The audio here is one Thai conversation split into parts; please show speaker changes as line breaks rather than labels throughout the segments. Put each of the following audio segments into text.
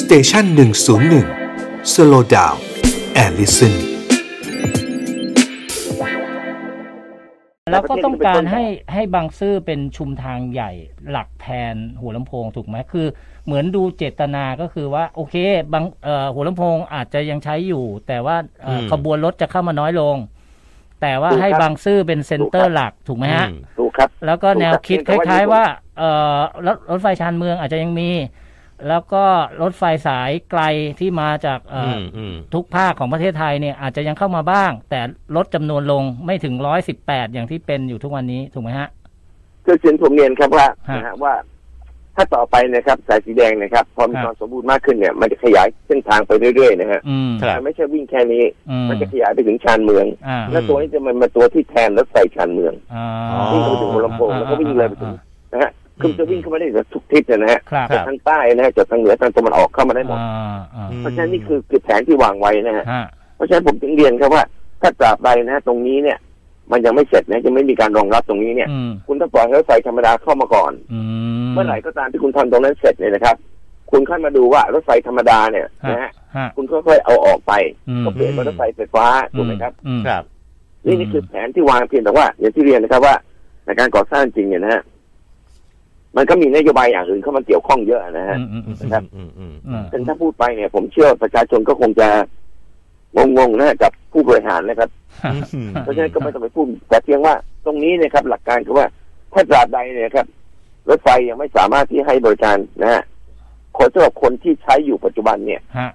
สเตชันหนึ่งศูนย์หนึ่งสโลดาวแอลลิสัน
แล้วก็ต้องการให้ให้บางซื่อเป็นชุมทางใหญ่หลักแทนหัวลำโพงถูกไหมคือ เหมือนดูเจตนาก็คือว่าโอเคบางเอ่อหัวลำโพงอาจจะยังใช้อยู่ แต่ว่าเอ่ออ
ม
ขบวนรถจะเข้ามาน้อยลง แต่ว่าให้บางซื่อเป็นเซ็นเตอร์หลักถูกไหมฮะ
อืม
ถูกครับ
แล้วก็แนวคิดค
ถูกครับ
ล้ายๆว่าเอ่อรถรถไฟชานเมืองอาจจะยังมี แล้วก็รถไฟสายไกลที่มาจากเอ่ออ
มอืม
ทุกภาคของประเทศไทยเนี่ยอาจจะยังเข้ามาบ้าง แต่ลดจำนวนลงไม่ถึงร้อยสิบแปดอย่างที่เป็นอยู่ทุกวันนี้ถูกไหมฮะ
คือเสียนผมเรียนครับว่า
ฮะ
นะฮะว่า ถ้าต่อไปนะครับสายสีแดงนะครับ พอมี
ฮะ
ความสมบูรณ์มากขึ้นเนี่ย มันจะขยายเส้นทางไปเรื่อยๆนะฮะ
อืม
ครับ
มันไม่ใช่วิ่งแค่นี้
อืม
มันจะขยายไปถึงชานเมือง
อ่า
และตัวนี้จะมันมาตัวที่แทนรถไฟชานเมือง
อ่า
วิ่งไปถึงหัวลำโพงแล้วก็วิ่งเลยไปถึง นะฮะคือมันจะวิ่งเข้ามาได้จากทุกทิศนะฮะ
ครับ
ครับ
ทางใต้นะฮะจากทางเหนือทางตะวันออกเข้ามาได้หมด
อ่าอ่า
อืม
เพราะฉะนั้นนี่คือคือแผนที่วางไว้นะฮะ
ฮะ
เพราะฉะนั้นผมถึงเรียนครับว่า ถ้าตราบใดนะฮะตรงนี้เนี่ย มันยังไม่เสร็จนะยังไม่มีการรองรับตรงนี้เนี่ย
อืม
คุณต้องปล่อยให้รถไฟธรรมดาเข้ามาก่อน
อืม
เมื่อไหร่ก็ตามที่คุณทำตรงนั้นเสร็จเนี่ยนะครับ คุณค่อยมาดูว่ารถไฟธรรมดาเนี่ย
ฮะ
นะฮะ
ฮะ
คุณค่อยๆเอาออกไป
อืม
ก็เปลี่ยนเป็นรถไฟไฟฟ้าถูกไหมครับ
อืม
ครับ
นี่นี่คือแผนที่วางเพียงแต่ว่า อย่างที่เรียนนะครับว่าในการก่อสร้างจริงเนี่ยนะฮะมันก็มีนโยบายอย่างอื่นเข้ามาเกี่ยวข้องเยอะนะฮะ
อืมอืมอืม
ครับ
อืมอืม
อืม
ซึ่งถ้าพูดไปเนี่ย ผมเชื่อประชาชนก็คงจะงงๆนะฮะกับผู้บริหารนะครับ
ฮะ
อืม
เพราะฉะนั้นก็ไม่ต้องไปพูดแต่เพียงว่าตรงนี้เนะครับ หลักการคือว่าถ้าตราบใดเนี่ยครับ รถไฟยังไม่สามารถที่ให้บริการนะฮะคนสำหรับคนที่ใช้อยู่ปัจจุบันเนี่ย
ฮะ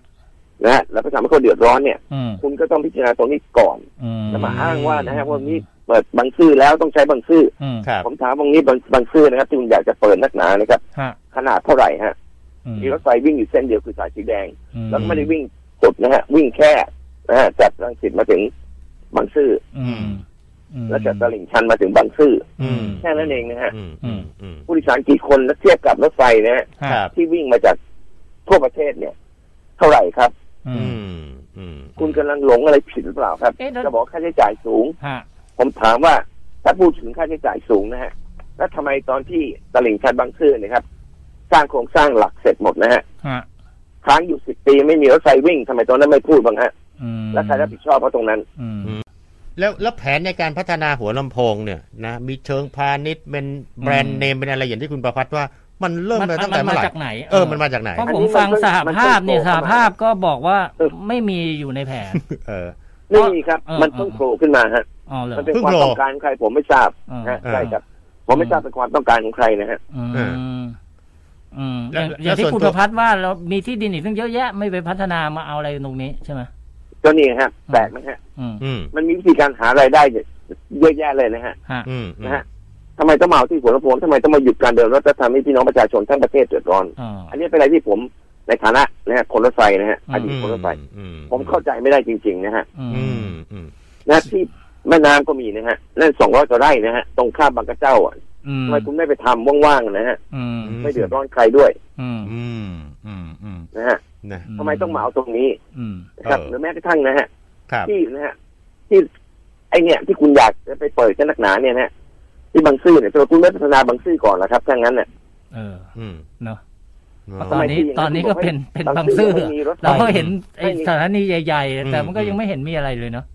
นะฮะแล้วก็ทำให้เขาเดือดร้อนเนี่ย
อืม
คุณก็ต้องพิจารณาตรงนี้ก่อน
อืม
แล้วมาอ้างว่านะฮะว่านี้เปิดบางซื่อแล้วต้องใช้บางซื่อ
อืม
ครับ
ผมถามตรงนี้บางบางซื่อนะครับที่คุณอยากจะเปิดนักหนานะครับ
ฮะ
ขนาดเท่าไหร่ฮะ
อืม
มีรถไฟวิ่งอยู่เส้นเดียวคือสายสีแดง
อื
แล้วก็ไม่ได้วิ่งสุดนะฮะวิ่งแค่นะฮะจากรังสิตมาถึงบางซื่อ
อืมอืม
แล้วจากตลิ่งชันมาถึงบางซื่อ
อืม
แค่นั้นเองนะฮะ
อืมอืมอืม
ผู้โดยสารกี่คนแล้วเทียบกับรถไฟนะฮะ
ค
ค
รั
รับบ
ที่วิ่งมาจากทั่วประเทศเนี่ย เท่าไหร่ครับ
อื
อื
ม
มอืม
คุณกำลังหลงอะไรผิดหรือเปล่าครับ
เอ๊ะแล้ว
จะบอกค่าใช้จ่ายสูง
ฮะ
ผมถามว่า ถ้าพูดถึงค่าใช้จ่ายสูงนะฮะแล้วทำไมตอนที่ตลิ่งชันบางซื่อเนะครับ สร้างโครงสร้างหลักเสร็จหมดนะฮะ
ฮะ
ค้างอยู่สิบปีไม่มีรถไฟวิ่งทำไมตอนนั้นไม่พูดบ้างฮะ
อืม
แล้วใครรับผิดชอบเพราะตรงนั้น
อืม
แล้วแล้วแผนในการพัฒนาหัวลำโพงเนี่ยนะมีเชิงพาณิชย์เป็นแบรน
อืม
ด์เนมเป็นอะไรอย่างที่คุณประพัฒน์ว่ามันเริ่มมาตั้งแต่
มั
เมื่
น
อไห
มา
ร่
จากไหน
เออมันมาจากไหน
เพราะ
อัน
ผ
นี้
มฟัง
มัน
สหภาพเนี่ย
มัน
สห
เป็นโครงสร้าง
ภาพก็บอกว่าไม่มีอยู่ในแผน
เออ
นี่ครับ
เออ
มันต้อง
เออ
โผล่ขึ้นมาฮะ
อ๋อเหรอ
มันเป็น
เพิ่ง
ความ
โผล่
ต้องการของใครผมไม่ทราบนะฮะ
เออ
ใช่ครับผมไม่ทราบเป็นความต้องการของใครนะฮะ
อืม
เออ
อืมอ
แล้
ย่า
ว
งอย่าง
แล้วส่
ที่
วน
คุณป
ตัว
ระพัฒน์ว่าเรามีที่ดินอีกตั้งเยอะแยะไม่ไปพัฒนามาเอาอะไรตรงนี้ใช่ไหม
ก็นี่ฮะแปลกไหมฮะ
อืม
อืม
มันมีวิธีการหารายได้เยอะแยะเลยนะฮะ
ฮะ
อืมอื
นะ
ม
ฮะทำไมต้องมาเอาที่หัวลำโพงทำไมต้องมาหยุดการเดินรถและทำให้พี่น้องประชาชนทั้งประเทศเดือดร้อน
อ๋อ
อันนี้เป็นอะไรที่ผมในฐานะนะฮะคนรถไฟนะฮะ
อืม
อดีตคนรถไฟ
อื
ผมเข้าใจไม่ได้จริงๆนะฮะ
อื
อื
ม
มอืม
นะที่แม่น้ำก็มีนะฮะนั่นสองร้อยกว่าไร่นะฮะตรงข้ามบางกระเจ้าอะ
อืม
ทำไมคุณไม่ไปทำว่างๆนะฮะ
อืม
ม
ไม่เดือดร้อนใครด้วย
อืม
อืมอืมอืม
นะฮะ
นะ
ทำไมต้องมาเอาตรงนี้
อืม
นะครับ
เออ
หรือแม้กระทั่งนะฮะ
ครับ
ที่นะฮะที่ไอเนี่ย ที่คุณอยากจะไปเปิดกันนักหนาเนี่ยนะฮะที่บางซื่อเนี่ยทำไมคุณไม่พัฒนาบางซื่อก่อนล่ะครับถ้างั้นเนี่ย
เออ
อืม
เนาะ
เนอะ
ตอนนี้
ทำไมที่
ตอนนี้ก็เป็น
ยังไม่
เป็นบางซื่อ
มีรถไฟ
เราก็เห็นไอ้
ไม่มี
สถานีใหญ่ๆ แต่มันก็ยังไม่เห็นมีอะไรเลยเนาะ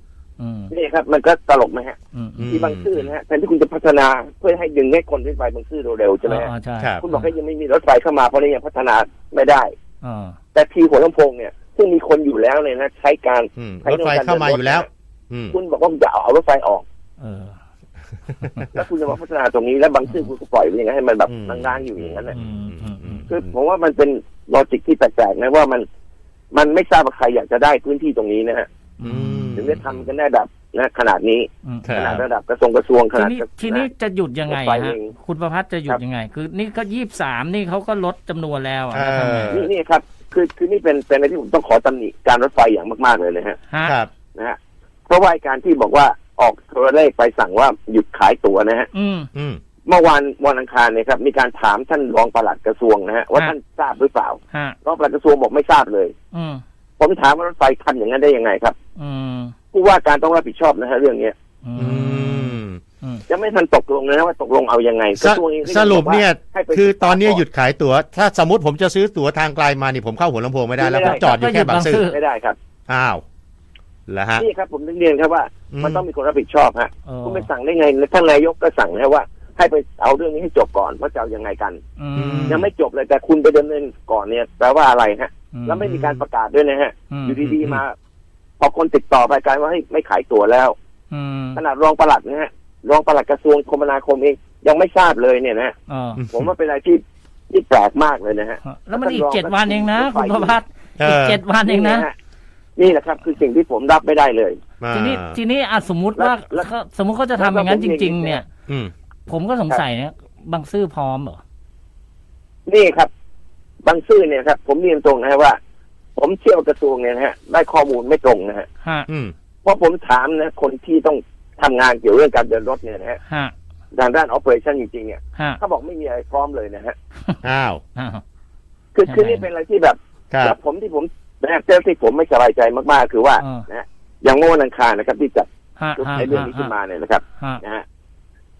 อืม
นี่ครับ มันก็ตลกไหมฮะ
อืม
อืม
ที่บางซื่อนะฮะแทนที่คุณจะพัฒนาเพื่อให้ดึงให้คนขึ้นไปบางซื่อเร็วๆใช่ไหมฮะ
อ๋อใช่
ครับ
คุณบอกว่ายังไม่มีรถไฟเข้ามาเพราะนี่ยังพัฒนาไม่ได้
อ๋อ
แต่ทีหัวลำโพงเนี่ย ซึ่งมีคนอยู่แล้วเนี่ยนะใช้การ
อืม
ใช้
รถไฟเข้ามาอยู่แล้ว
ในการเดินรถ
อืม
คุณบอกว่าคุณจะเอาเอารถไฟออก
เออ
แล้วคุณจะมาพัฒนาตรงนี้แล้วบางซื่อคุณก็ปล่อยไว้อย่างนั้นให้มันแบบ
อืม
ร้างๆอยู่อย่างนั้นน่ะ
อืมอืมอืม
คือผมว่ามันเป็นลอจิกที่แปลกๆนะว่ามัน มันไม่ทราบว่าใครอยากจะได้พื้นที่ตรงนี้นะฮะ
อืม
ถึงได้ทำกันได้แบบนะขนาดนี้
อืม
ครั
ข
บ
นาดระดับกระทรวงกระทรวงข
ที
นาด
นี้
กระ
ทีนี้จะหยุดยังไง
รถไฟเอ
ฮะ
ง
คุณประพัฒน์จะหยุ
ค
ด
รับ
ยังไง คือ นี่ก็ยี่สามนี่เขาก็ลดจำนวนแล้วอะแล้วทำไง
เออ
นี่นี่ครับ คือคือนี่เป็นเป็นอะไรที่ผมต้องขอตำหนิการรถไฟอย่างมากๆเลยนะฮะ
ฮะ
ครับ
นะฮะเพราะว่าการที่บอกว่าออกโทรเลขไปสั่งว่าหยุดขายตั๋วนะฮะ
อืม
อืม
เมื่อวานวันอังคารเนี่ยครับมีการถามท่านรองปลัดกระทรวงนะฮะว่า
ฮะ
ท่านทราบหรือเปล่า
ฮะ
รองปลัดกระทรวงบอกไม่ทราบเลย
อืม
ผมถามว่ารถไฟทำอย่างนั้นได้ยังไงครับ
อืม
ผู้ว่าการต้องรับผิดชอบนะฮะเรื่องเนี้ย
อื
อื
ม
ม
อ อืม
ยังไม่ทันตกลงเลยนะว่าตกลงเอายังไง
ส
กะทวงองก็ง
สรุปเนี่ย
บอกว่าให้ไป
คือตอนเนี้ยหยุ
ก่
ดขายตั๋ว ถ้าสมมติผมจะซื้อตั๋วทางไกลมานี่ผมเข้าหัวลำโพงไม่ได้แล้ว
ไม่
ผ
ได้
มจอดอยู่แค่บางซื่อ
ก็หยุดบางซื่
ไม่ได้ครับ
อ้าวเหรอฮะ
นี่ครับผมถึงเรียนครับว่า
อืม
มันต้องมีคนรับผิดชอบฮะ
เออ
คุณไปสั่งได้ไงท่านนายกก็สั่งนะว่า ให้ไปเอาเรื่องนี้ให้จบก่อนว่าจะเอายังไงกัน
อื
ม
ยังไม่จบเลยแต่คุณไปดำเนินก่อนเนี่ยแปลว่าอะไรฮะ แล้วไม่มีการประกาศด้วยนะฮะ
อืม
อยู่ดีๆมา พอคนติดต่อไปกลายว่าเฮ้ยไม่ขายตั๋วแล้ว
อืม
ขนาดรองปลัดนะฮะรองปลัดกระทรวงคมนาคมเองยังไม่ทราบเลยเนี่ยนะฮะ
เออ
ผมว่าเป็นอะไรที่ที่แปลกมากเลยนะฮะ
แล้วมันอีกเจ็ดวันเองนะ
ไป
คุณประพัฒน์
เอ
อีก
อ
เจ็ดวันเองนะ
แหลฮนี่แหละครับ คือสิ่งที่ผมรับไม่ได้เลย
มา
ทีนี้ทีนี้อ่ะสมมติว่า
แล้วแล้ว
เขาสมมติเขาจะทำอย่างนั้นจริง ๆ เนี่ย
อืม
ผมก็สงสัยเนี่ยบางซื่อพร้อมเหรอ
นี่ครับ บางซื่อเนี่ยครับ ผมเรียนตรงนะฮะว่า ผมเชื่อว่ากระทรวงเนี่ยนะฮะ ได้ข้อมูลไม่ตรงนะฮะ
ฮะ
อืม
เพราะผมถามนะคนที่ต้องทำงานเกี่ยวเรื่องการเดินรถเนี่ยนะฮะ
ฮะ
ทางด้านออ e r a t i o n จริงๆเนี่ย
ฮะ
เขาบอกไม่มีอะไรพร้อมเลยนะฮะ
อ้าว
อ้าว
คือ
ใช่ไหม
คือนี่เป็นอะไรที่แบบ
ครับ
แล้วผมที่ผมนะฮะเจ้าที่ผมไม่สบายใจมากๆ คือว่า
อ่าน
นะฮะอย่างเมื่อวันอังคารนะครับ ที่จัด
ฮะฮะ
ในเรื่องนี้ขึ้น
ฮะ
มาเนี่ยนะครับ
ฮะ
นะฮะ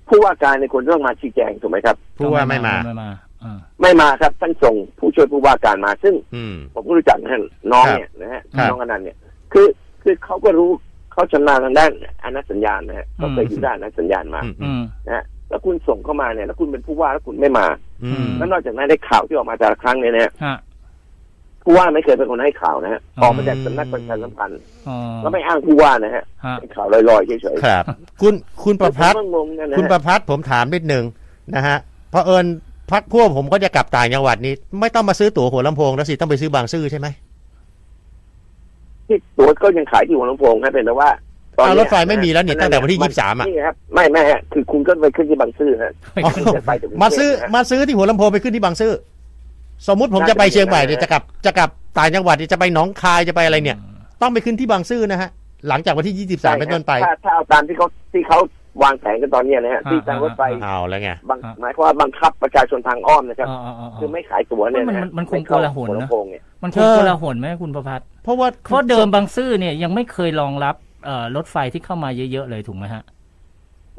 ผู้ว่าการในยคนเรื่องมาชี้แจงถูกไหมครับ
ผู้ว่าไม่มา
ไม่มาอ่า
ไม่มาครับท่านส่งผู้ช่วยผู้ว่าการมา ซึ่ง
อืม
ผมก็รู้จักนะฮะน้องเนี่ยนะฮะ
ครับ
น้องอนันต์เนี่ยคือคือเขาก็รู้เขาชำนาญทางด้านอนัตสัญญาณนะฮะเขาเคย
อืม
อยู่ด้านอนัตสัญญาณมา
อืมอื
อื
ม
ม
นะฮะแล้วคุณส่งเข้ามาเนี่ยแล้วคุณเป็นผู้ว่าแล้วคุณไม่มา
อืม
แล้วนอกจากนั้นได้ข่าวที่ออกมาแต่ละครั้งเนี่ยนะฮะ
ฮะ
ผู้ว่าไม่เคยเป็นคนให้ข่าวนะฮะ
อืม
ออกมาจากสำนักประชาสัมพันธ์
อ๋อ
แล้วไม่อ้างผู้ว่านะฮะ
ฮะ
เป็นข่าวลอยๆเฉย
ครับ คุณคุณ
ๆ
ประพัฒ
ผม
น์
ก็งงนะนะ
คุณป
ฮะ
ระพัฒน์ผมถามนิดหนึ่งนะฮะเพราะเอิญพักพวกผมก็จะกลับต่างจังหวัดนี้ ไม่ต้องมาซื้อตั๋วหัวลำโพงแล้วสิต้องไปซื้อบางซื่อใช่ไหม
ที่ตัวก็ยังขายอยู่หัวลำโพงนะเป็นแต่ว่าตอน
เอา
เนี้ย
รถไฟไม่มีแล้วนี่
ะฮะ
ตั้งแต่วันที่ยี่สิบสามอ่ะ
นี่ครับไม่ไม่ฮะคือคุณก็ไปขึ้นที่บางซื่อฮะ
อ๋อ
จะไปถึง
มาซื้อ
เชียงใหม่นะ
มาซื้อที่หัวลำโพงไปขึ้นที่บางซื่อสมมุติผมจะไปเชียงใหม่เนี่ย
น่าจะ
จะกลับจะกลับต่างจังหวัดเนี่ยจะไปหนองคายจะไปอะไรเนี่ย ต้องไปขึ้นที่บางซื่อนะฮะหลังจากวันที่ยี่สิบสามเป็นต้นไป
ถ้าถ้าเอาตามที่เขาที่เขาวางแผนกันตอนเนี้ยนะฮะ
อ่า
ที่ทางรถไฟ
อ่
เอาแล้วไง
บัง
อ่า
หมายความว่าบังคับประชาชนทางอ้อมนะครับ
อ๋ออ๋ออ๋อ
คือไม่ขายตั๋วเนี่ยะ
มั
ฮะ
นมันคง
ไเข้า
โกลาหลนะ
หัวลำโพงเนี่ย
มันคง
เออ
โกลาหลไหมคุณประพัฒน์
เพราะว่า
เพราะเดิมบางซื่อเนี่ยยังไม่เคยรองรับเอ่อรถไฟที่เข้ามาเยอะๆเลยถูกไหมฮะ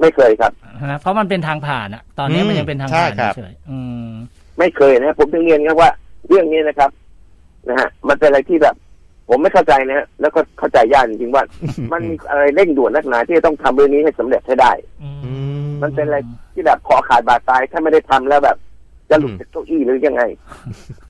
ไม่เคยครับ
นะเพราะมันเป็นทางผ่านอะตอนนี้มันยังเป็นทางผ่านเฉยๆอืม
ไม่เคยนะฮะผมถึงเรียนครับว่า เรื่องนี้นะครับนะฮะมันเป็นอะไรที่แบบ ผมไม่เข้าใจนะฮะแล้วก็เข้าใจยากจริงๆว่า มันมีอะไรเร่งด่วนนักหนาที่จะต้องทำเรื่องนี้ให้สำเร็จให้ได้
อืม
อืม
มันเป็นอะไรที่แบบคอขาดบาดตายถ้าไม่ได้ทำแล้วแบบ จะหลุด
อืม
จากเก้าอี้หรือยังไง